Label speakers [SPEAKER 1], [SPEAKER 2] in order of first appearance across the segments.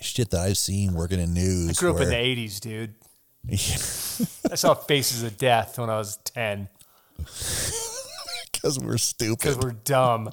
[SPEAKER 1] shit that I've seen working in news.
[SPEAKER 2] I grew up in the
[SPEAKER 1] where-
[SPEAKER 2] '80s, dude. I saw Faces of Death when I was ten
[SPEAKER 1] 'Cause we're stupid.
[SPEAKER 2] because we're dumb.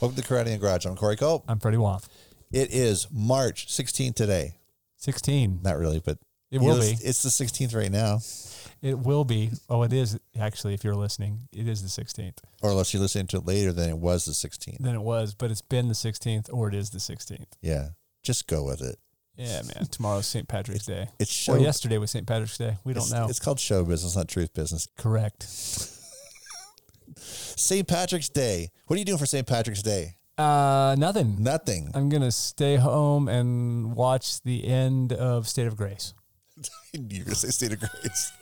[SPEAKER 1] Welcome to Karate and Garage. I'm Corey Cope.
[SPEAKER 3] I'm Freddie Waff.
[SPEAKER 1] It is March 16th today.
[SPEAKER 3] 16.
[SPEAKER 1] Not really, but
[SPEAKER 3] It
[SPEAKER 1] you
[SPEAKER 3] will
[SPEAKER 1] know,
[SPEAKER 3] be.
[SPEAKER 1] It's, it's the 16th right now,
[SPEAKER 3] It will be. Oh, it is actually. If you're listening, it is the 16th.
[SPEAKER 1] or unless you listen to it later, then it was the 16th.
[SPEAKER 3] Then it was, but it's been the 16th, or it is the 16th.
[SPEAKER 1] Yeah, just go with it.
[SPEAKER 3] Yeah, man. Tomorrow's St. Patrick's Day.
[SPEAKER 1] It's show.
[SPEAKER 3] Or yesterday was St. Patrick's Day. We don't
[SPEAKER 1] it's,
[SPEAKER 3] know.
[SPEAKER 1] It's called show business, not truth business.
[SPEAKER 3] Correct.
[SPEAKER 1] St. Patrick's Day. What are you doing for St. Patrick's Day?
[SPEAKER 3] Uh, nothing.
[SPEAKER 1] Nothing.
[SPEAKER 3] I'm gonna stay home and watch the end of State of Grace.
[SPEAKER 1] You're gonna say state of grace.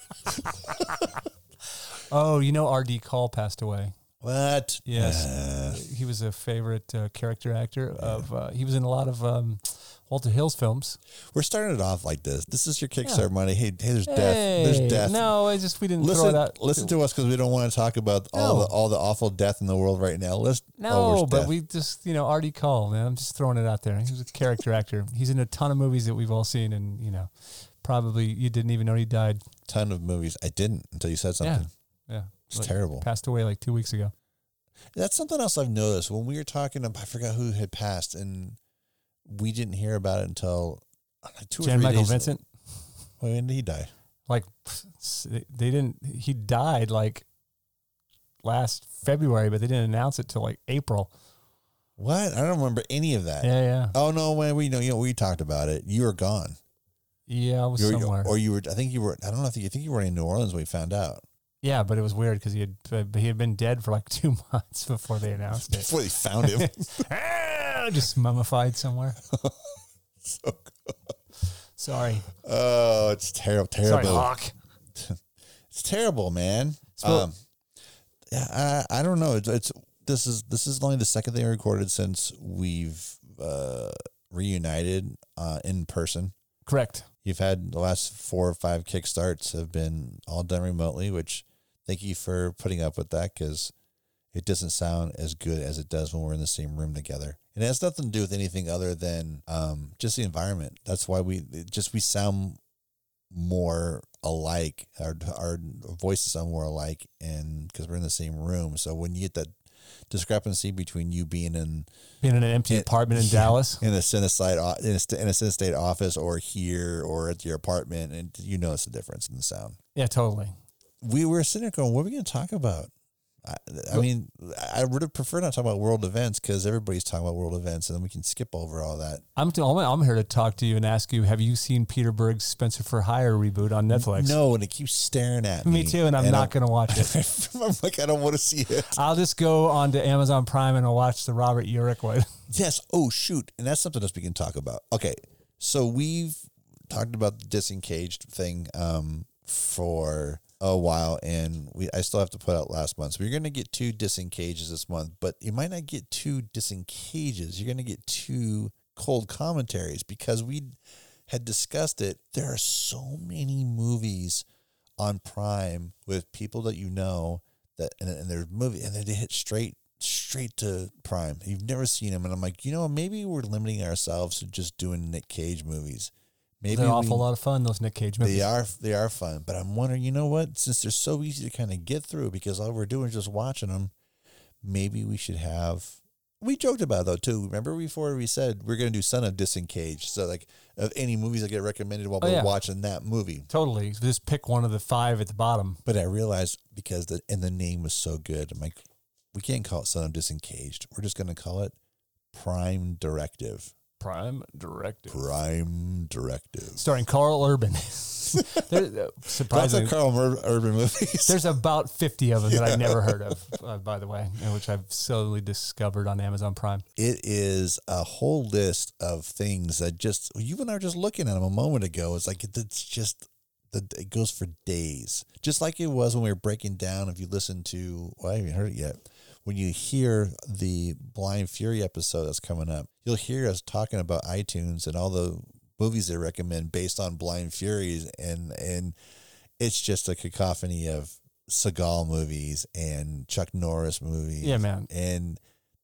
[SPEAKER 3] Oh, you know R.D. Call passed away.
[SPEAKER 1] What?
[SPEAKER 3] Yes, he was a favorite uh, character actor of. Uh, he was in a lot of um, Walter Hill's films.
[SPEAKER 1] We're starting it off like this. This is your Kickstarter money. Hey, hey, there's death.
[SPEAKER 3] Hey,
[SPEAKER 1] There's death.
[SPEAKER 3] No, I just we didn't throw it
[SPEAKER 1] Listen,
[SPEAKER 3] out.
[SPEAKER 1] listen to us because we don't want to talk about all
[SPEAKER 3] No.
[SPEAKER 1] the all the awful death in the world right now. Let's
[SPEAKER 3] No,
[SPEAKER 1] oh, there's
[SPEAKER 3] but
[SPEAKER 1] death.
[SPEAKER 3] we just you know Artie Call, man. I'm just throwing it out there. He was a character actor. He's in a ton of movies that we've all seen, and you know, probably you didn't even know he died.
[SPEAKER 1] ton of movies. I didn't until you said something.
[SPEAKER 3] Yeah, yeah.
[SPEAKER 1] It's terrible.
[SPEAKER 3] Passed away like two weeks ago.
[SPEAKER 1] That's something else I've noticed. When we were talking, I forgot who had passed, and we didn't hear about it until uh, like two or
[SPEAKER 3] Jan
[SPEAKER 1] three
[SPEAKER 3] Michael
[SPEAKER 1] days.
[SPEAKER 3] Vincent,
[SPEAKER 1] Wait, When did he die?
[SPEAKER 3] like s- they didn't. He died like last February, but they didn't announce it till like April.
[SPEAKER 1] What? I don't remember any of that.
[SPEAKER 3] Yeah, yeah,
[SPEAKER 1] Oh no, when we know, you know, we talked about it. You were gone.
[SPEAKER 3] yeah. I was
[SPEAKER 1] You were-
[SPEAKER 3] somewhere.
[SPEAKER 1] or you were. I think you were. I don't know if you I think you were in New Orleans when we found out
[SPEAKER 3] yeah, but it was weird because he had uh, he had been dead for like two months before they announced it.
[SPEAKER 1] before they found him.
[SPEAKER 3] Ah, just mummified somewhere.
[SPEAKER 1] so,
[SPEAKER 3] Sorry.
[SPEAKER 1] oh, it's terrible.
[SPEAKER 3] Sorry,
[SPEAKER 1] Terrible.
[SPEAKER 3] Hawk.
[SPEAKER 1] It's terrible, man.
[SPEAKER 3] So-
[SPEAKER 1] um, yeah, I, I don't know. It's, it's this is this is only the second thing I recorded since we've uh, reunited uh, in person.
[SPEAKER 3] Correct.
[SPEAKER 1] You've had the last four or five kickstarts have been all done remotely, which thank you for putting up with that because it doesn't sound as good as it does when we're in the same room together. And it has nothing to do with anything other than um, just the environment. That's why we it just we sound more alike. Our our voices sound more alike, and because we're in the same room. So when you get that discrepancy between you being in
[SPEAKER 3] Being in an empty
[SPEAKER 1] It-
[SPEAKER 3] apartment in
[SPEAKER 1] yeah.
[SPEAKER 3] Dallas.
[SPEAKER 1] in a Cinesite o- in a, st- in a Cinestate office or here or at your apartment, and you notice the difference in the sound.
[SPEAKER 3] Yeah, totally.
[SPEAKER 1] We were sitting there going, "What are we going to talk about?" I, I mean, I would have preferred not to talk about world events because everybody's talking about world events, and then we can skip over all that.
[SPEAKER 3] I'm, t- I'm I'm here to talk to you and ask you, have you seen Peter Berg's Spencer for Hire reboot on Netflix?
[SPEAKER 1] No, and it keeps staring at me.
[SPEAKER 3] Me too, and I'm not going to watch it.
[SPEAKER 1] gonna. I'm like, I don't want to see it.
[SPEAKER 3] I'll just go on to Amazon Prime and I'll watch the Robert Urich one.
[SPEAKER 1] Yes. Oh, shoot. And that's something else we can talk about. Okay. So we've talked about the disengaged thing um, for a while, and we I still have to put out last month. So you're going to get two disengages this month, but you might not get two disengages. You're going to get two cold commentaries because we had discussed it. There are so many movies on Prime with people that you know that and, and their movie and then they hit straight straight to Prime. You've never seen them, and I'm like, you know, maybe we're limiting ourselves to just doing Nick Cage movies. Maybe
[SPEAKER 3] They're an awful
[SPEAKER 1] we-
[SPEAKER 3] lot of fun, those Nick Cage movies.
[SPEAKER 1] They are they are fun, but I'm wondering, you know what? Since they're so easy to kind of get through because all we're doing is just watching them, maybe we should have. We joked about it, though too. Remember before we said we're going to do Son of Disengage. So like of any movies that get recommended while
[SPEAKER 3] Oh,
[SPEAKER 1] we're
[SPEAKER 3] yeah.
[SPEAKER 1] watching that movie.
[SPEAKER 3] Totally. Just pick one of the five at the bottom.
[SPEAKER 1] But I realized because the and the name was so good, I'm like, we can't call it Son of Disengaged. We're just going to call it Prime Directive.
[SPEAKER 3] Prime Directive,
[SPEAKER 1] Prime Directive.
[SPEAKER 3] starring Carl Urban. There- uh,
[SPEAKER 1] Lots
[SPEAKER 3] surprisingly,
[SPEAKER 1] of Carl Mur- Urban movies.
[SPEAKER 3] there's about 50 of them that I've never heard of, uh, by the way, and which I've slowly discovered on Amazon Prime.
[SPEAKER 1] It is a whole list of things that just you and I were just looking at them a moment ago. It's like it's just the it goes for days, just like it was when we were breaking down. If you listen to, well, I haven't heard it yet. When you hear the Blind Fury episode that's coming up, you'll hear us talking about iTunes and all the movies they recommend based on Blind Furies, and and it's just a cacophony of Seagal movies and Chuck Norris movies.
[SPEAKER 3] Yeah, man.
[SPEAKER 1] And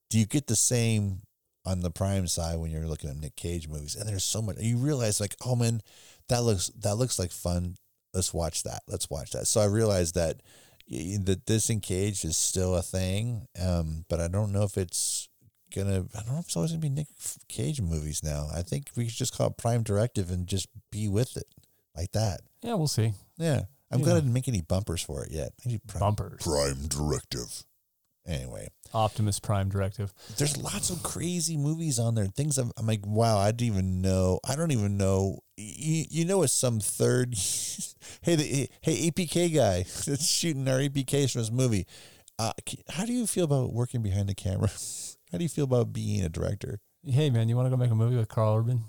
[SPEAKER 1] do you get the same on the prime side when you're looking at Nick Cage movies? And there's so much you realize like, oh man, that looks that looks like fun. Let's watch that. Let's watch that. So I realized that y- that disengaged is still a thing, um, but I don't know if it's gonna. I don't know if it's always gonna be Nick Cage movies now. I think we should just call it Prime Directive and just be with it like that.
[SPEAKER 3] Yeah, we'll see.
[SPEAKER 1] Yeah. I'm
[SPEAKER 3] Yeah.
[SPEAKER 1] glad I didn't make any bumpers for it yet. Maybe Prime,
[SPEAKER 3] Bumpers.
[SPEAKER 1] Prime Directive. Anyway,
[SPEAKER 3] Optimus Prime Directive.
[SPEAKER 1] there's lots of crazy movies on there. Things I'm, I'm like, wow, I didn't even know. I don't even know. You, you know, it's some third. hey, the hey APK guy that's shooting our APKs from this movie. Uh, c- how do you feel about working behind the camera? How do you feel about being a director?
[SPEAKER 3] Hey, man, you want to go make a movie with Carl Urban?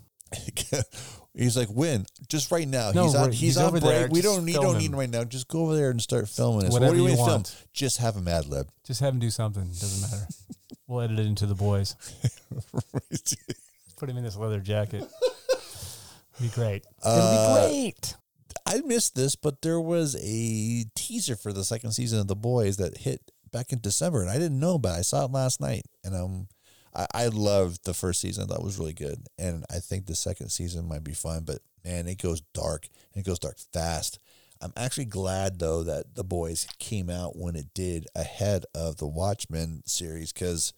[SPEAKER 1] he's like, when? Just right now.
[SPEAKER 3] No,
[SPEAKER 1] he's on.
[SPEAKER 3] right,
[SPEAKER 1] He's,
[SPEAKER 3] he's
[SPEAKER 1] on
[SPEAKER 3] over
[SPEAKER 1] break.
[SPEAKER 3] there.
[SPEAKER 1] We
[SPEAKER 3] Just
[SPEAKER 1] don't need.
[SPEAKER 3] film
[SPEAKER 1] Don't
[SPEAKER 3] him.
[SPEAKER 1] need him right now. Just go over there and start filming this.
[SPEAKER 3] Whatever
[SPEAKER 1] what do want
[SPEAKER 3] you
[SPEAKER 1] to
[SPEAKER 3] want.
[SPEAKER 1] film? Just have him ad lib.
[SPEAKER 3] Just have him do something. Doesn't matter. we'll edit it into the boys. Put him in this leather jacket. Be great.
[SPEAKER 1] Uh,
[SPEAKER 3] It'll be great.
[SPEAKER 1] I missed this, but there was a teaser for the second season of The Boys that hit back in December, and I didn't know about. it. I saw it last night, and um, I, I loved the first season. I thought it was really good, and I think the second season might be fun. But man, it goes dark, and it goes dark fast. I'm actually glad though that The Boys came out when it did, ahead of the Watchmen series, because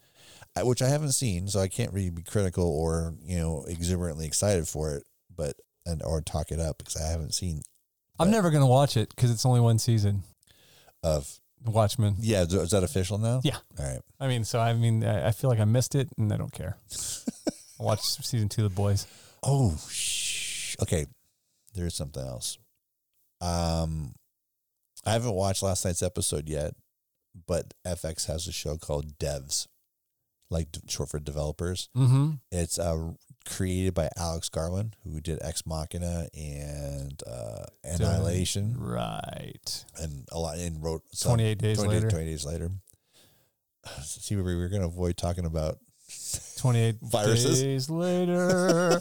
[SPEAKER 1] I, which I haven't seen, so I can't really be critical or you know exuberantly excited for it, but and or talk it up because I haven't seen uh,
[SPEAKER 3] I'm never going to watch it because it's only one season.
[SPEAKER 1] of
[SPEAKER 3] The Watchmen.
[SPEAKER 1] yeah. Is is that official now?
[SPEAKER 3] Yeah.
[SPEAKER 1] All right.
[SPEAKER 3] I mean, so I mean, I, I feel like I missed it, and I don't care. I watched season two of The Boys.
[SPEAKER 1] Oh, sh- okay. There is something else. Um, I haven't watched last night's episode yet, but FX has a show called Devs, like d- short for developers.
[SPEAKER 3] Mm-hmm.
[SPEAKER 1] It's uh created by Alex Garland, who did Ex Machina and uh, Annihilation.
[SPEAKER 3] Right.
[SPEAKER 1] and a lot and wrote some-
[SPEAKER 3] 28 days later.
[SPEAKER 1] 28 days later. See, we were going to avoid talking about.
[SPEAKER 3] 28
[SPEAKER 1] Viruses.
[SPEAKER 3] days later.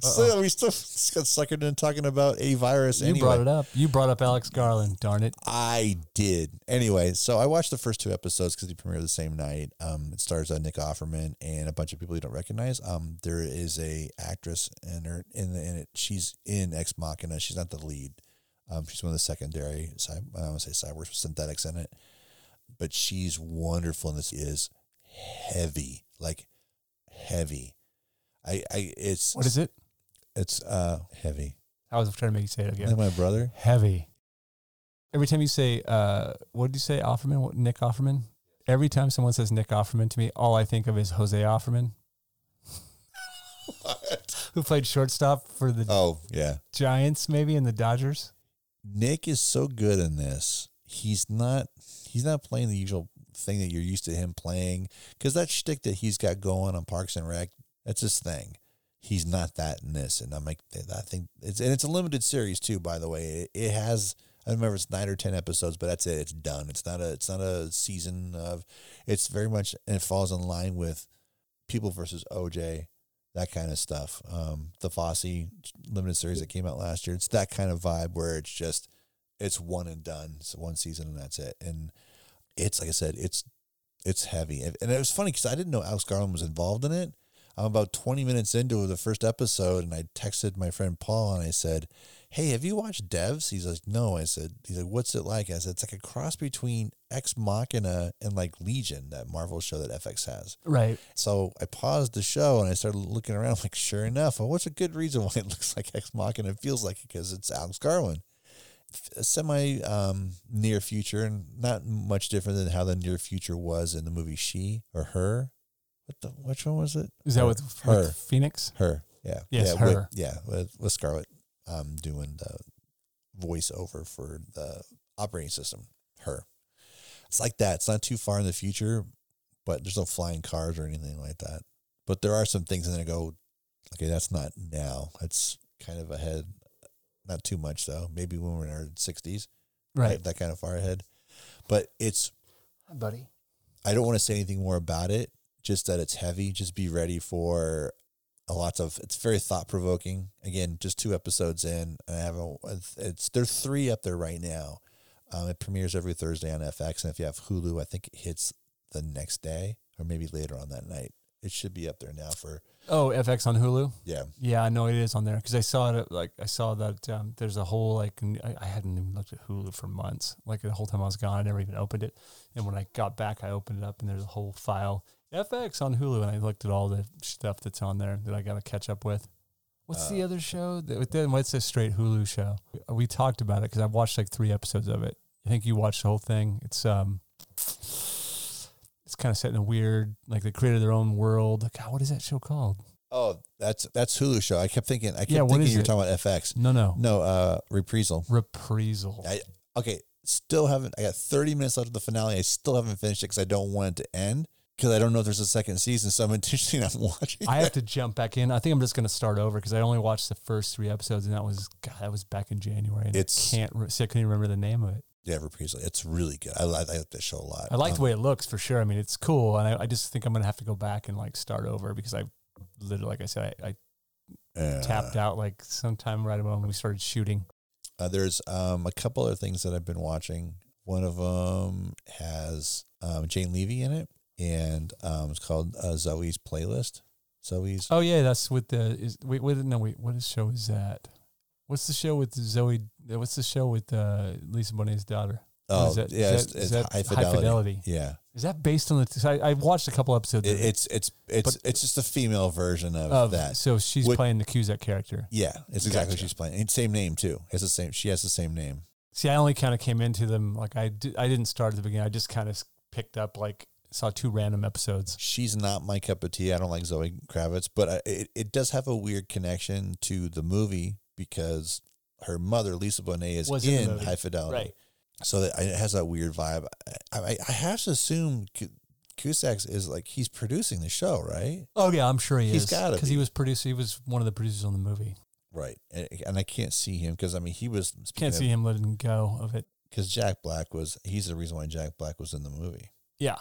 [SPEAKER 1] So we still got suckered in talking about a virus.
[SPEAKER 3] you
[SPEAKER 1] anyway.
[SPEAKER 3] brought it up. You brought up Alex Garland. Darn it.
[SPEAKER 1] I did. Anyway, so I watched the first two episodes because they premiered the same night. Um, it stars uh, Nick Offerman and a bunch of people you don't recognize. Um, there is a actress in her in the, in it. She's in Ex Machina. She's not the lead. Um, she's one of the secondary. cy- I don't want to say cyborgs, but synthetics in it. But she's wonderful, and this is heavy, like heavy. I, I, it's
[SPEAKER 3] What is it?
[SPEAKER 1] it's uh heavy.
[SPEAKER 3] I was trying to make you say it
[SPEAKER 1] Yeah.
[SPEAKER 3] again.
[SPEAKER 1] my brother,
[SPEAKER 3] Heavy. Every time you say, uh, what did you say, Offerman? What, Nick Offerman? Every time someone says Nick Offerman to me, all I think of is Jose Offerman, who played shortstop for the
[SPEAKER 1] oh yeah.
[SPEAKER 3] Giants, maybe, and the Dodgers.
[SPEAKER 1] Nick is so good in this. He's not he's not playing the usual thing that you're used to him playing because that shtick that he's got going on Parks and Rec that's his thing. He's not that in this, and I'm like I think it's and it's a limited series too. By the way, it, it has I don't remember it's nine or ten episodes, but that's it. It's done. It's not a it's not a season of. It's very much and it falls in line with People versus OJ, that kind of stuff. Um, the Fosse limited series that came out last year. It's that kind of vibe where it's just it's one and done. It's one season and that's it. And it's like I said, it's it's heavy. And and it was funny because I didn't know Alex Garland was involved in it. I'm about 20 minutes into the first episode, and I texted my friend Paul and I said, "Hey, have you watched Devs?" He's like, "No." I said, "He's like, what's it like?" I said, "It's like a cross between Ex Machina and like Legion, that Marvel show that FX has."
[SPEAKER 3] Right.
[SPEAKER 1] So I paused the show and I started looking around. Like, sure enough, well, what's a good reason why it looks like Ex Machina and feels like it? Because it's Alex Garland. A semi um, near future, and not much different than how the near future was in the movie She or Her. What the, which one was it?
[SPEAKER 3] Is that with,
[SPEAKER 1] Her.
[SPEAKER 3] with Phoenix?
[SPEAKER 1] Her. Yeah.
[SPEAKER 3] Yes,
[SPEAKER 1] yeah, with-
[SPEAKER 3] her.
[SPEAKER 1] yeah, with, with Scarlett um, doing the voiceover for the operating system. Her. It's like that. It's not too far in the future, but there's no flying cars or anything like that. But there are some things that I go, okay, that's not now. That's kind of ahead. Not too much though. Maybe when we're in our sixties,
[SPEAKER 3] Right.
[SPEAKER 1] That kind of far ahead. But it's
[SPEAKER 2] Hi, buddy.
[SPEAKER 1] I don't want to say anything more about it. Just that it's heavy. Just be ready for a lot of. It's very thought provoking. Again, just two episodes in, and I have a. It's there are three up there right now. Um, it premieres every Thursday on FX, and if you have Hulu, I think it hits the next day or maybe later on that night. It should be up there now for
[SPEAKER 3] Oh, FX on Hulu.
[SPEAKER 1] yeah.
[SPEAKER 3] Yeah, I know it is on there because I saw it. Like I saw that um, there's a whole like n- I, I hadn't even looked at Hulu for months. Like the whole time I was gone, I never even opened it. And when I got back, I opened it up and there's a whole file FX on Hulu, and I looked at all the stuff that's on there that I got to catch up with. What's the
[SPEAKER 1] Uh,
[SPEAKER 3] other show? that- Then what's this straight Hulu show? Uh, We talked about it because I watched like three episodes of it. I think you watched the whole thing. It's um, it's kind of set in a weird like they created their own world. God, what is that show called?
[SPEAKER 1] Oh, that's that's Hulu show. I kept thinking. I kept
[SPEAKER 3] Yeah, what
[SPEAKER 1] thinking
[SPEAKER 3] is
[SPEAKER 1] you were
[SPEAKER 3] it?
[SPEAKER 1] talking about FX.
[SPEAKER 3] No, no,
[SPEAKER 1] No, uh, Reprisal.
[SPEAKER 3] reprisal.
[SPEAKER 1] I- okay, still haven't. I got 30 minutes left of the finale. I still haven't finished it because I don't want it to end because I don't know if there's a second season. So I'm intentionally not watching.
[SPEAKER 3] I have to jump back in. I think I'm just going to start over because I only watched the first three episodes, and that was God, that was back in January. And
[SPEAKER 1] It's-
[SPEAKER 3] I can't re- see, I couldn't even remember the name of it.
[SPEAKER 1] yeah, Reprisal. It's really good. I like, I like that show a lot.
[SPEAKER 3] I like the
[SPEAKER 1] Um,
[SPEAKER 3] way it looks for sure. I mean, it's cool, and I, I just think I'm going to have to go back and like start over because I literally, like I said, I, I
[SPEAKER 1] uh,
[SPEAKER 3] tapped out like sometime right about when we started shooting.
[SPEAKER 1] Uh, there's um, a couple other things that I've been watching. One of them has um, Jane Levy in it, and um, it's called uh, Zoe's Playlist. Zoe's.
[SPEAKER 3] Oh yeah, that's with the is wait wait no wait what is show is that? What's the show with Zoe? What's the show with uh, Lisa Bonet's daughter? What
[SPEAKER 1] Oh,
[SPEAKER 3] is that? Is
[SPEAKER 1] yeah,
[SPEAKER 3] that-
[SPEAKER 1] it's,
[SPEAKER 3] is
[SPEAKER 1] it's
[SPEAKER 3] that
[SPEAKER 1] high, fidelity. Yeah,
[SPEAKER 3] Is that based on the? 'cause I, I watched a couple episodes.
[SPEAKER 1] it,
[SPEAKER 3] of
[SPEAKER 1] it's it's it's it's just a female version of,
[SPEAKER 3] of
[SPEAKER 1] that.
[SPEAKER 3] So she's
[SPEAKER 1] Would-
[SPEAKER 3] playing the Cusack character.
[SPEAKER 1] Yeah, it's exactly what
[SPEAKER 3] Gotcha.
[SPEAKER 1] she's playing. And same name too. It's the same. She has the same name.
[SPEAKER 3] See, I only kind of came into them like I did, I didn't start at the beginning. I just kind of picked up like saw two random episodes.
[SPEAKER 1] She's not my cup of tea. I don't like Zoe Kravitz, but I, it it does have a weird connection to the movie because her mother Lisa Bonet is
[SPEAKER 3] Was in the
[SPEAKER 1] in,
[SPEAKER 3] movie.
[SPEAKER 1] High Fidelity, so that it has that weird vibe. I, I, I have to assume Cu- Cusack is like he's producing the show, right?
[SPEAKER 3] Oh yeah, I'm sure he
[SPEAKER 1] He's
[SPEAKER 3] is.
[SPEAKER 1] gotta
[SPEAKER 3] because he
[SPEAKER 1] be.
[SPEAKER 3] was producer. He was one of the producers on the movie.
[SPEAKER 1] Right, and, and I can't see him because I mean he was
[SPEAKER 3] Can't see him letting go of it.
[SPEAKER 1] because Jack Black was he's the reason why Jack Black was in the movie.
[SPEAKER 3] Yeah,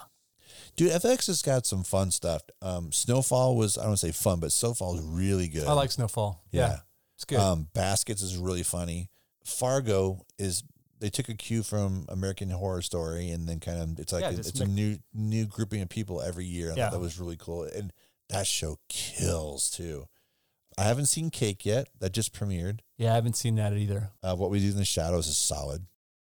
[SPEAKER 1] Dude, FX has got some fun stuff. Um, Snowfall was I don't want to say fun, but Snowfall is really good.
[SPEAKER 3] I like Snowfall. Yeah, it's good.
[SPEAKER 1] Um, Baskets is really funny. Fargo is they took a cue from American Horror Story and then kind of it's like
[SPEAKER 3] Yeah,
[SPEAKER 1] a-
[SPEAKER 3] just
[SPEAKER 1] it's a
[SPEAKER 3] make-
[SPEAKER 1] new new grouping of people every year. I
[SPEAKER 3] Yeah.
[SPEAKER 1] thought that was really cool, and that show kills too. I haven't seen Cake yet. That just premiered.
[SPEAKER 3] yeah, I haven't seen that either.
[SPEAKER 1] Uh, what we do in the shadows is solid.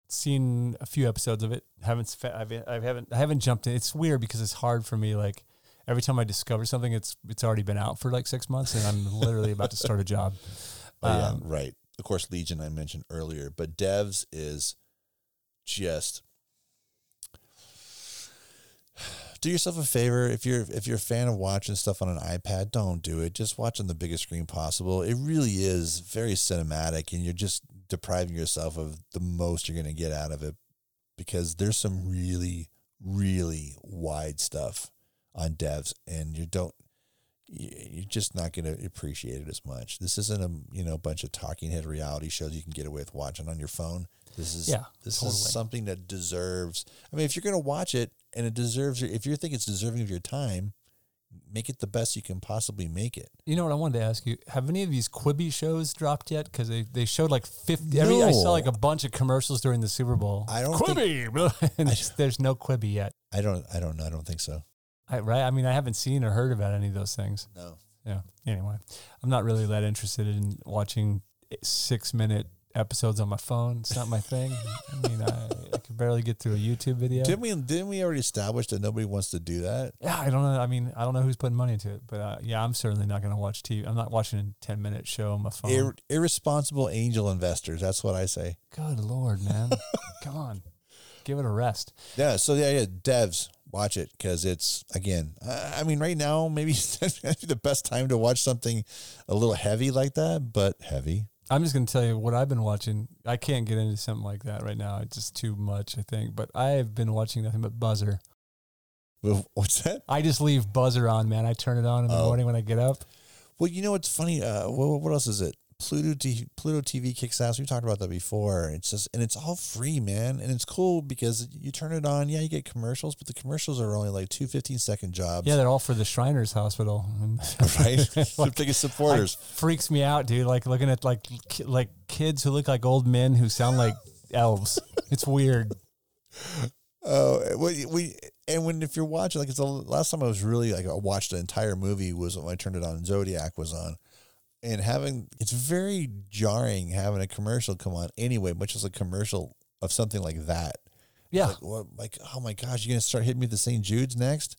[SPEAKER 3] Seen a few episodes of it. Haven't sp- I've, I haven't I haven't jumped in. It's weird because it's hard for me. Like every time I discover something, it's it's already been out for like six months, and I'm literally about to start a job.
[SPEAKER 1] Oh, yeah,
[SPEAKER 3] Um,
[SPEAKER 1] right. Of course, Legion I mentioned earlier, but Devs is just do yourself a favor if you're if you're a fan of watching stuff on an iPad, don't do it. Just watch on the biggest screen possible. It really is very cinematic, and you're just depriving yourself of the most you're going to get out of it because there's some really really wide stuff on Devs, and you don't y- you're just not going to appreciate it as much. This isn't a you know bunch of talking head reality shows you can get away with watching on your phone. This is
[SPEAKER 3] Yeah,
[SPEAKER 1] this
[SPEAKER 3] totally.
[SPEAKER 1] is something that deserves. I mean, if you're going to watch it and it deserves, your, if you think it's deserving of your time, make it the best you can possibly make it.
[SPEAKER 3] You know what I wanted to ask you? Have any of these Quibi shows dropped yet? Because they, they showed like fifty. Every, I saw
[SPEAKER 1] No.
[SPEAKER 3] like a bunch of commercials during the Super Bowl.
[SPEAKER 1] I don't think-
[SPEAKER 3] Quibi, and it's- there's no Quibi yet,
[SPEAKER 1] I don't. I don't know. I don't think so.
[SPEAKER 3] I, right? I mean, I haven't seen or heard about any of those things.
[SPEAKER 1] No.
[SPEAKER 3] Yeah. Anyway, I'm not really that interested in watching six minute episodes on my phone. It's not my thing. I mean, I, I can barely get through a YouTube video.
[SPEAKER 1] Didn't we? Didn't we already establish that nobody wants to do that?
[SPEAKER 3] yeah, I don't know. I mean, I don't know who's putting money into it, but uh, yeah, I'm certainly not going to watch TV. I'm not watching a 10 minute show on my phone.
[SPEAKER 1] Ir- irresponsible angel investors. That's what I say.
[SPEAKER 3] Good lord, man. Come on. Give it a rest.
[SPEAKER 1] Yeah. So yeah, yeah. Devs, watch it because it's again. I I mean, right now maybe that'd be the best time to watch something a little heavy like that, but heavy.
[SPEAKER 3] I'm just going to tell you what I've been watching. I can't get into something like that right now. It's just too much, I think. But I have been watching nothing but Buzzer.
[SPEAKER 1] Well, What's that?
[SPEAKER 3] I just leave Buzzer on, man. I turn it on in the
[SPEAKER 1] Oh.
[SPEAKER 3] morning when I get up.
[SPEAKER 1] Well, you know what's funny? Uh, what, what else is it? Pluto T- Pluto TV kicks ass. We talked about that before. It's just and it's all free, man, and it's cool because you turn it on. Yeah, you get commercials, but the commercials are only like two 15 second jobs.
[SPEAKER 3] Yeah, they're all for the Shriners Hospital.
[SPEAKER 1] right. the biggest
[SPEAKER 3] like,
[SPEAKER 1] supporters.
[SPEAKER 3] freaks me out, dude. Like looking at like ki- like kids who look like old men who sound like elves. It's weird.
[SPEAKER 1] Oh, we, we and when if you're watching like it's the last time I was really like I watched the entire movie was when I turned it on. Zodiac was on, and having it's very jarring having a commercial come on anyway, much as a commercial of something like that.
[SPEAKER 3] Yeah,
[SPEAKER 1] Like, what, like oh my gosh, you're gonna start hitting me with the St. Jude's next?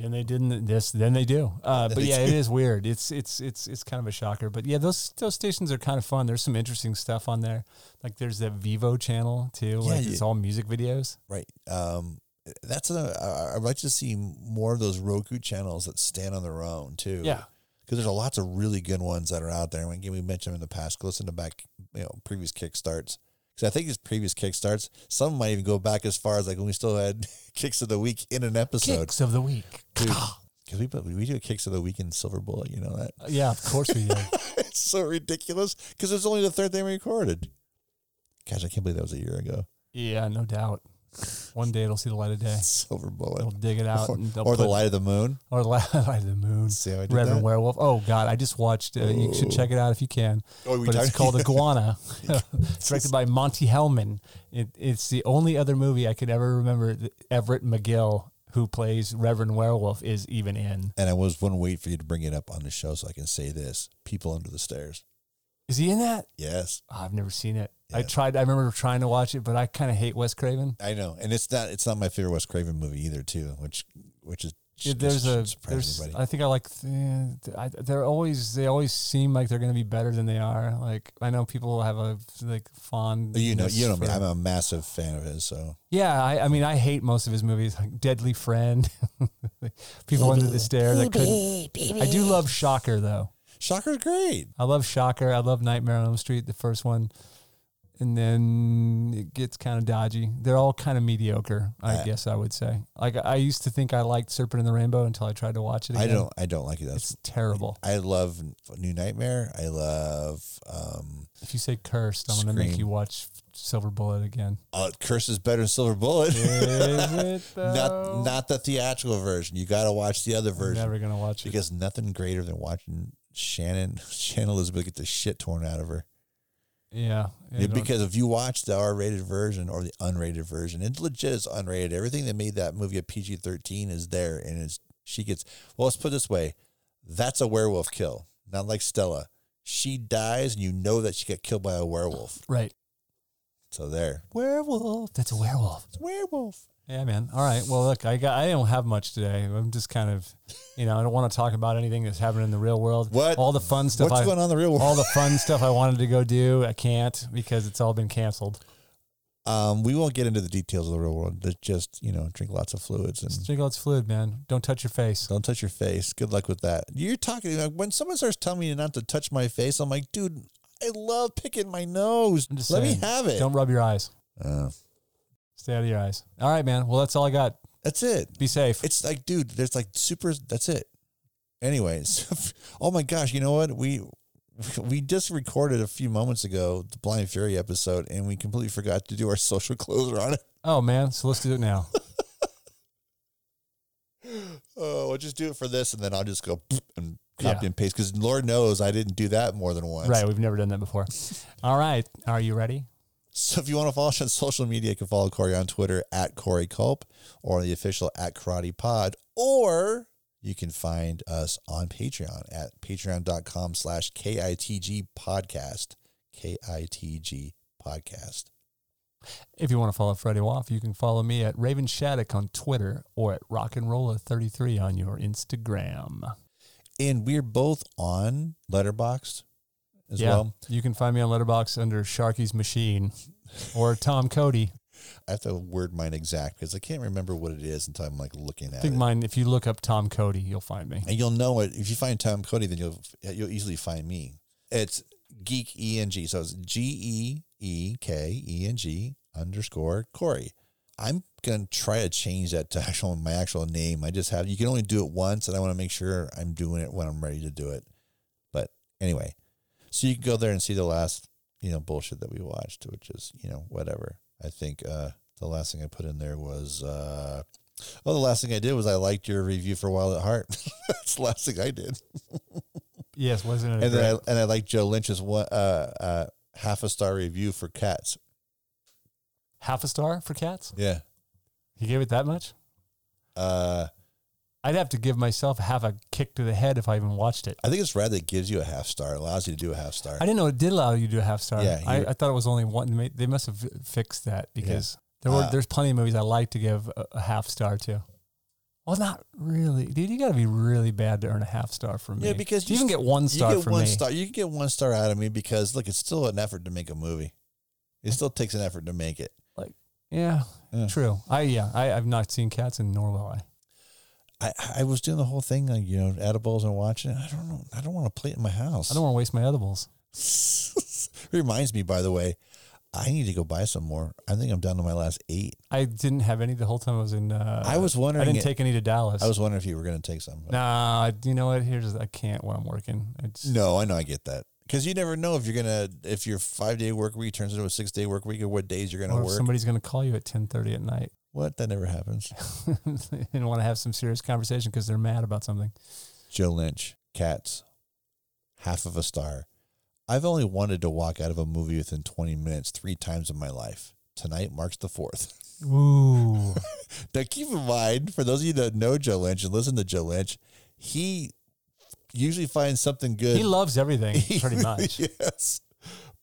[SPEAKER 3] and they didn't. This then they do. Uh, but
[SPEAKER 1] They
[SPEAKER 3] yeah,
[SPEAKER 1] do.
[SPEAKER 3] it is weird. It's it's it's it's kind of a shocker. But yeah, those those stations are kind of fun. There's some interesting stuff on there. Like there's that Vivo channel too.
[SPEAKER 1] Yeah,
[SPEAKER 3] like
[SPEAKER 1] you-
[SPEAKER 3] it's all music videos.
[SPEAKER 1] Right. Um, that's a. I- I'd like to see more of those Roku channels that stand on their own too.
[SPEAKER 3] Yeah.
[SPEAKER 1] Because there's a lots of really good ones that are out there. And again, we mentioned them in the past. Go listen to back, you know, previous kickstarts. Because I think these previous kickstarts, some might even go back as far as like when we still had kicks of the week in an episode.
[SPEAKER 3] Kicks of the week.
[SPEAKER 1] Because we put- we do kicks of the week in Silver Bullet. You know that
[SPEAKER 3] Yeah, of course we do.
[SPEAKER 1] it's so ridiculous. Because it's only the third thing we recorded. Gosh, I can't believe that was a year ago.
[SPEAKER 3] yeah, no doubt. One day it'll see the light of day.
[SPEAKER 1] Silver
[SPEAKER 3] They'll
[SPEAKER 1] Bullet.
[SPEAKER 3] dig it out
[SPEAKER 1] Or,
[SPEAKER 3] and they'll
[SPEAKER 1] or the
[SPEAKER 3] put-
[SPEAKER 1] light of the moon.
[SPEAKER 3] or the light light of the moon.
[SPEAKER 1] See how I did
[SPEAKER 3] Reverend
[SPEAKER 1] that?
[SPEAKER 3] Werewolf. Oh God, I just watched. Uh, you should check it out if you can.
[SPEAKER 1] Oh, we
[SPEAKER 3] but it's
[SPEAKER 1] talked-
[SPEAKER 3] called Iguana, directed by Monty Hellman. It, it's the only other movie I could ever remember that Everett McGill, who plays Reverend Werewolf, is even in.
[SPEAKER 1] and I was one wait for you to bring it up on the show so I can say this: people under the stairs.
[SPEAKER 3] Is he in that?
[SPEAKER 1] Yes,
[SPEAKER 3] Oh, I've never seen it. I
[SPEAKER 1] Yeah.
[SPEAKER 3] tried. I remember trying to watch it, but I kind of hate Wes Craven.
[SPEAKER 1] I know, and it's not it's not my favorite Wes Craven movie either, too. Which which is
[SPEAKER 3] Yeah, there's a
[SPEAKER 1] surprising
[SPEAKER 3] there's
[SPEAKER 1] anybody.
[SPEAKER 3] I think I like eh, I, they're always they always seem like they're gonna be better than they are like I know people have a like fond
[SPEAKER 1] you know, you know me. I'm a massive fan of his, so
[SPEAKER 3] yeah I, I mean I hate most of his movies like Deadly Friend People Under the Stairs I couldn't I do love Shocker though
[SPEAKER 1] Shocker's great.
[SPEAKER 3] I love Shocker I love Nightmare on Elm Street the first one and then it gets kind of dodgy they're all kind of mediocre I
[SPEAKER 1] I-
[SPEAKER 3] guess I would say like I used to think I liked Serpent in the Rainbow until I tried to watch it
[SPEAKER 1] I
[SPEAKER 3] again
[SPEAKER 1] don't I don't like it. That's
[SPEAKER 3] it's terrible.
[SPEAKER 1] I love New Nightmare. I love um,
[SPEAKER 3] If you say cursed, I'm going to make
[SPEAKER 1] Scream.
[SPEAKER 3] you watch Silver Bullet again.
[SPEAKER 1] uh, Curse is better than Silver Bullet.
[SPEAKER 3] Is it though?
[SPEAKER 1] not not the theatrical version. You got to watch the other
[SPEAKER 3] I'm
[SPEAKER 1] version.
[SPEAKER 3] never going to watch it.
[SPEAKER 1] because nothing greater than watching Shannon Shannon Elizabeth get the shit torn out of her.
[SPEAKER 3] Yeah. I
[SPEAKER 1] Yeah,
[SPEAKER 3] don't-
[SPEAKER 1] because if you watch the R-rated version or the unrated version, it legit is unrated. Everything that made that movie a PG-13 is there, and it's she gets. Well, let's put it this way: that's a werewolf kill, not like Stella. She dies, and you know that she got killed by a werewolf.
[SPEAKER 3] right.
[SPEAKER 1] So there,
[SPEAKER 3] Werewolf. That's a werewolf.
[SPEAKER 1] it's werewolf.
[SPEAKER 3] Yeah, man. All right. Well, look, I got. I don't have much today. I'm just kind of, you know, I don't want to talk about anything that's happening in the real world.
[SPEAKER 1] What-
[SPEAKER 3] All the fun stuff.
[SPEAKER 1] What's
[SPEAKER 3] I,
[SPEAKER 1] going on in the real world?
[SPEAKER 3] all the fun stuff I wanted to go do, I can't because it's all been canceled.
[SPEAKER 1] Um, we won't get into the details of the real world. Let's Just you know, drink lots of fluids and
[SPEAKER 3] Just drink all its fluid, man. Don't touch your face.
[SPEAKER 1] Don't touch your face. Good luck with that. You're talking like when someone starts telling me not to touch my face, I'm like, dude, I love picking my nose.
[SPEAKER 3] I'm just
[SPEAKER 1] Let
[SPEAKER 3] saying,
[SPEAKER 1] me have it.
[SPEAKER 3] Don't rub your eyes.
[SPEAKER 1] Uh,
[SPEAKER 3] Stay out of your eyes. All right, man. Well, that's all I got.
[SPEAKER 1] that's it.
[SPEAKER 3] Be safe.
[SPEAKER 1] It's like, dude, there's like super. That's it. Anyways, oh my gosh, you know what we. We just recorded a few moments ago the Blind Fury episode, and we completely forgot to do our social closer on it.
[SPEAKER 3] Oh man, so let's do it now.
[SPEAKER 1] Oh, we'll just do it for this, and then I'll just go and
[SPEAKER 3] Yeah.
[SPEAKER 1] copy and paste because Lord knows I didn't do that more than once.
[SPEAKER 3] right, we've never done that before. All right, are you ready?
[SPEAKER 1] So if you want to follow us on social media, you can follow Corey on Twitter at Corey Culp or the official at Karate Pod, or you can find us on Patreon at patreon.com slash KITG podcast. KITG podcast.
[SPEAKER 3] If you want to follow Freddie Woff, you can follow me at Raven Shattuck on Twitter or at Rock and Rolla 33 on your Instagram.
[SPEAKER 1] And we're both on Letterboxd as well.
[SPEAKER 3] you can find me on Letterbox under Sharky's Machine or Tom Cody.
[SPEAKER 1] I have to word mine exact because I can't remember what it is until I'm like looking
[SPEAKER 3] I
[SPEAKER 1] at
[SPEAKER 3] think
[SPEAKER 1] it.
[SPEAKER 3] mine. If you look up Tom Cody, you'll find me.
[SPEAKER 1] and you'll know it if you find Tom Cody, then you'll you'll easily find me. It's geek eng, so it's g e e k e n g underscore Corey. I'm gonna try to change that to actual my actual name. I just have you can only do it once, and I want to make sure I'm doing it when I'm ready to do it. But anyway, so you can go there and see the last you know bullshit that we watched, which is you know whatever. I think uh, the last thing I put in there was. Uh, Oh, the last thing I did was I liked your review for Wild at Heart. That's the last thing I did.
[SPEAKER 3] Yes, wasn't it?
[SPEAKER 1] And then I, and I liked Joe Lynch's one uh, uh, half a star review for Cats.
[SPEAKER 3] half a star for cats.
[SPEAKER 1] Yeah.
[SPEAKER 3] He gave it that much.
[SPEAKER 1] Uh,
[SPEAKER 3] I'd have to give myself half a kick to the head if I even watched it.
[SPEAKER 1] I think it's rad that it gives you a half star, allows you to do a half star.
[SPEAKER 3] I didn't know it did allow you to do a half star.
[SPEAKER 1] Yeah,
[SPEAKER 3] I,
[SPEAKER 1] you-
[SPEAKER 3] I thought it was only one. ma- They must have fixed that because there were
[SPEAKER 1] Uh,
[SPEAKER 3] there's plenty of movies I like to give a, a half star to. Well, not really, dude. You got to be really bad to earn a half star for me.
[SPEAKER 1] Yeah, because
[SPEAKER 3] you,
[SPEAKER 1] you
[SPEAKER 3] even
[SPEAKER 1] s-
[SPEAKER 3] get one
[SPEAKER 1] You
[SPEAKER 3] star
[SPEAKER 1] get
[SPEAKER 3] for
[SPEAKER 1] one
[SPEAKER 3] me.
[SPEAKER 1] star. You can get one star out of me because look, it's still an effort to make a movie. It still takes an effort to make it.
[SPEAKER 3] Yeah,
[SPEAKER 1] Yeah.
[SPEAKER 3] true. I yeah, I, I've not seen cats, and nor will I.
[SPEAKER 1] I, I was doing the whole thing, like you know, edibles and watching. it. I don't know. I don't want to play it in my house.
[SPEAKER 3] I don't want to waste my edibles.
[SPEAKER 1] Reminds me, by the way, I need to go buy some more. I think I'm down to my last eight.
[SPEAKER 3] I didn't have any the whole time I was in. Uh,
[SPEAKER 1] I was
[SPEAKER 3] I
[SPEAKER 1] wondering.
[SPEAKER 3] didn't take any to Dallas.
[SPEAKER 1] I was wondering if you were going to take some. but-
[SPEAKER 3] Nah, I- you know what? Here's I can't when I'm working. It's
[SPEAKER 1] No, I know I get that because you never know if you're gonna if your five day work week turns into a six day work week or what days you're gonna
[SPEAKER 3] or if
[SPEAKER 1] work.
[SPEAKER 3] somebody's going to call you at 10:30 at night
[SPEAKER 1] what that never happens.
[SPEAKER 3] and want to have some serious conversation because they're mad about something.
[SPEAKER 1] Joe Lynch, Cats, half of a star. I've only wanted to walk out of a movie within 20 minutes three times in my life. Tonight marks the fourth.
[SPEAKER 3] Ooh,
[SPEAKER 1] Now, keep in mind, for those of you that know Joe Lynch and listen to Joe Lynch, he usually finds something good.
[SPEAKER 3] he loves everything pretty much.
[SPEAKER 1] yes.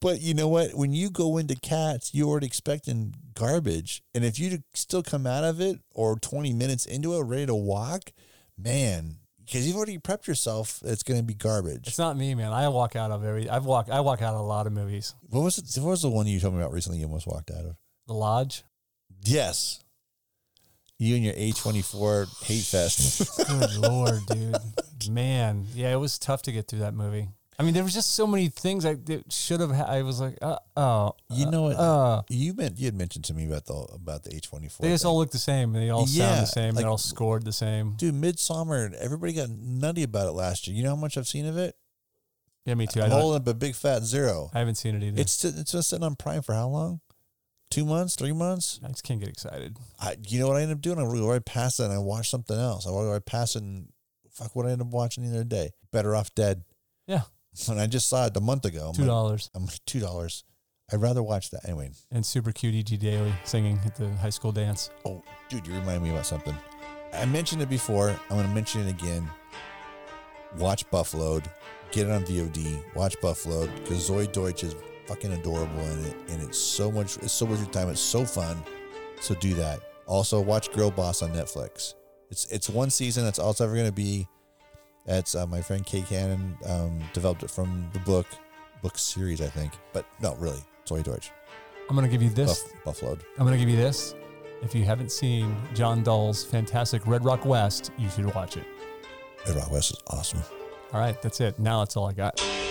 [SPEAKER 1] But you know what? When you go into cats, you're already expecting garbage. And if you still come out of it or 20 minutes into it, ready to walk, man, because you've already prepped yourself, it's going to be garbage.
[SPEAKER 3] It's not me, man. I walk out of every. I've walked. I walk out of a lot of movies.
[SPEAKER 1] What was, it, what was the one you told me about recently you almost walked out of?
[SPEAKER 3] The Lodge.
[SPEAKER 1] Yes. You and your A24 hate fest.
[SPEAKER 3] Good lord, dude. Man, yeah, it was tough to get through that movie. I mean, there was just so many things I that should have. ha- I was like, uh, oh,
[SPEAKER 1] You
[SPEAKER 3] uh,
[SPEAKER 1] know what?
[SPEAKER 3] Uh,
[SPEAKER 1] you meant you had mentioned to me about the about the A24.
[SPEAKER 3] they just
[SPEAKER 1] thing.
[SPEAKER 3] all look the same. They all sound
[SPEAKER 1] Yeah,
[SPEAKER 3] the same.
[SPEAKER 1] like-
[SPEAKER 3] they all scored the same.
[SPEAKER 1] Dude, Midsummer, everybody got nutty about it last year. You know how much I've seen of it?
[SPEAKER 3] Yeah, me too. I,
[SPEAKER 1] I'm
[SPEAKER 3] don't,
[SPEAKER 1] holding up a big fat zero.
[SPEAKER 3] I haven't seen it either.
[SPEAKER 1] It's sit- it's been sitting on Prime for how long? Two months, three months.
[SPEAKER 3] I just can't get excited.
[SPEAKER 1] I, you know what I end up doing? I go right past it and I watch something else. I go right past it and fuck what I end up watching the other day. Better off dead.
[SPEAKER 3] Yeah.
[SPEAKER 1] When I just saw it a month ago, I'm
[SPEAKER 3] Two
[SPEAKER 1] like,
[SPEAKER 3] dollars
[SPEAKER 1] I'm like two dollars. I'd rather watch that anyway.
[SPEAKER 3] and super cute E.G. Daily singing at the high school dance.
[SPEAKER 1] Oh, dude, you remind me about something. I mentioned it before. I'm going to mention it again. Watch Buffaloed. Get it on VOD. Watch Buffaloed because Zoe Deutsch is fucking adorable in it, and it's so much. It's so worth your time. It's so fun. So do that. Also, watch Girl Boss on Netflix. It's it's one season. That's all it's ever going to be. That's uh, my friend Kay Cannon um, developed it from the book book series, I think. But no, really, Zoe Deutsch.
[SPEAKER 3] I'm gonna give you this.
[SPEAKER 1] Buff, Buffaloed.
[SPEAKER 3] I'm gonna give you this. If you haven't seen John Dahl's fantastic Red Rock West, you should watch it.
[SPEAKER 1] Ed Rock West is awesome.
[SPEAKER 3] All right, that's it. Now that's all I got.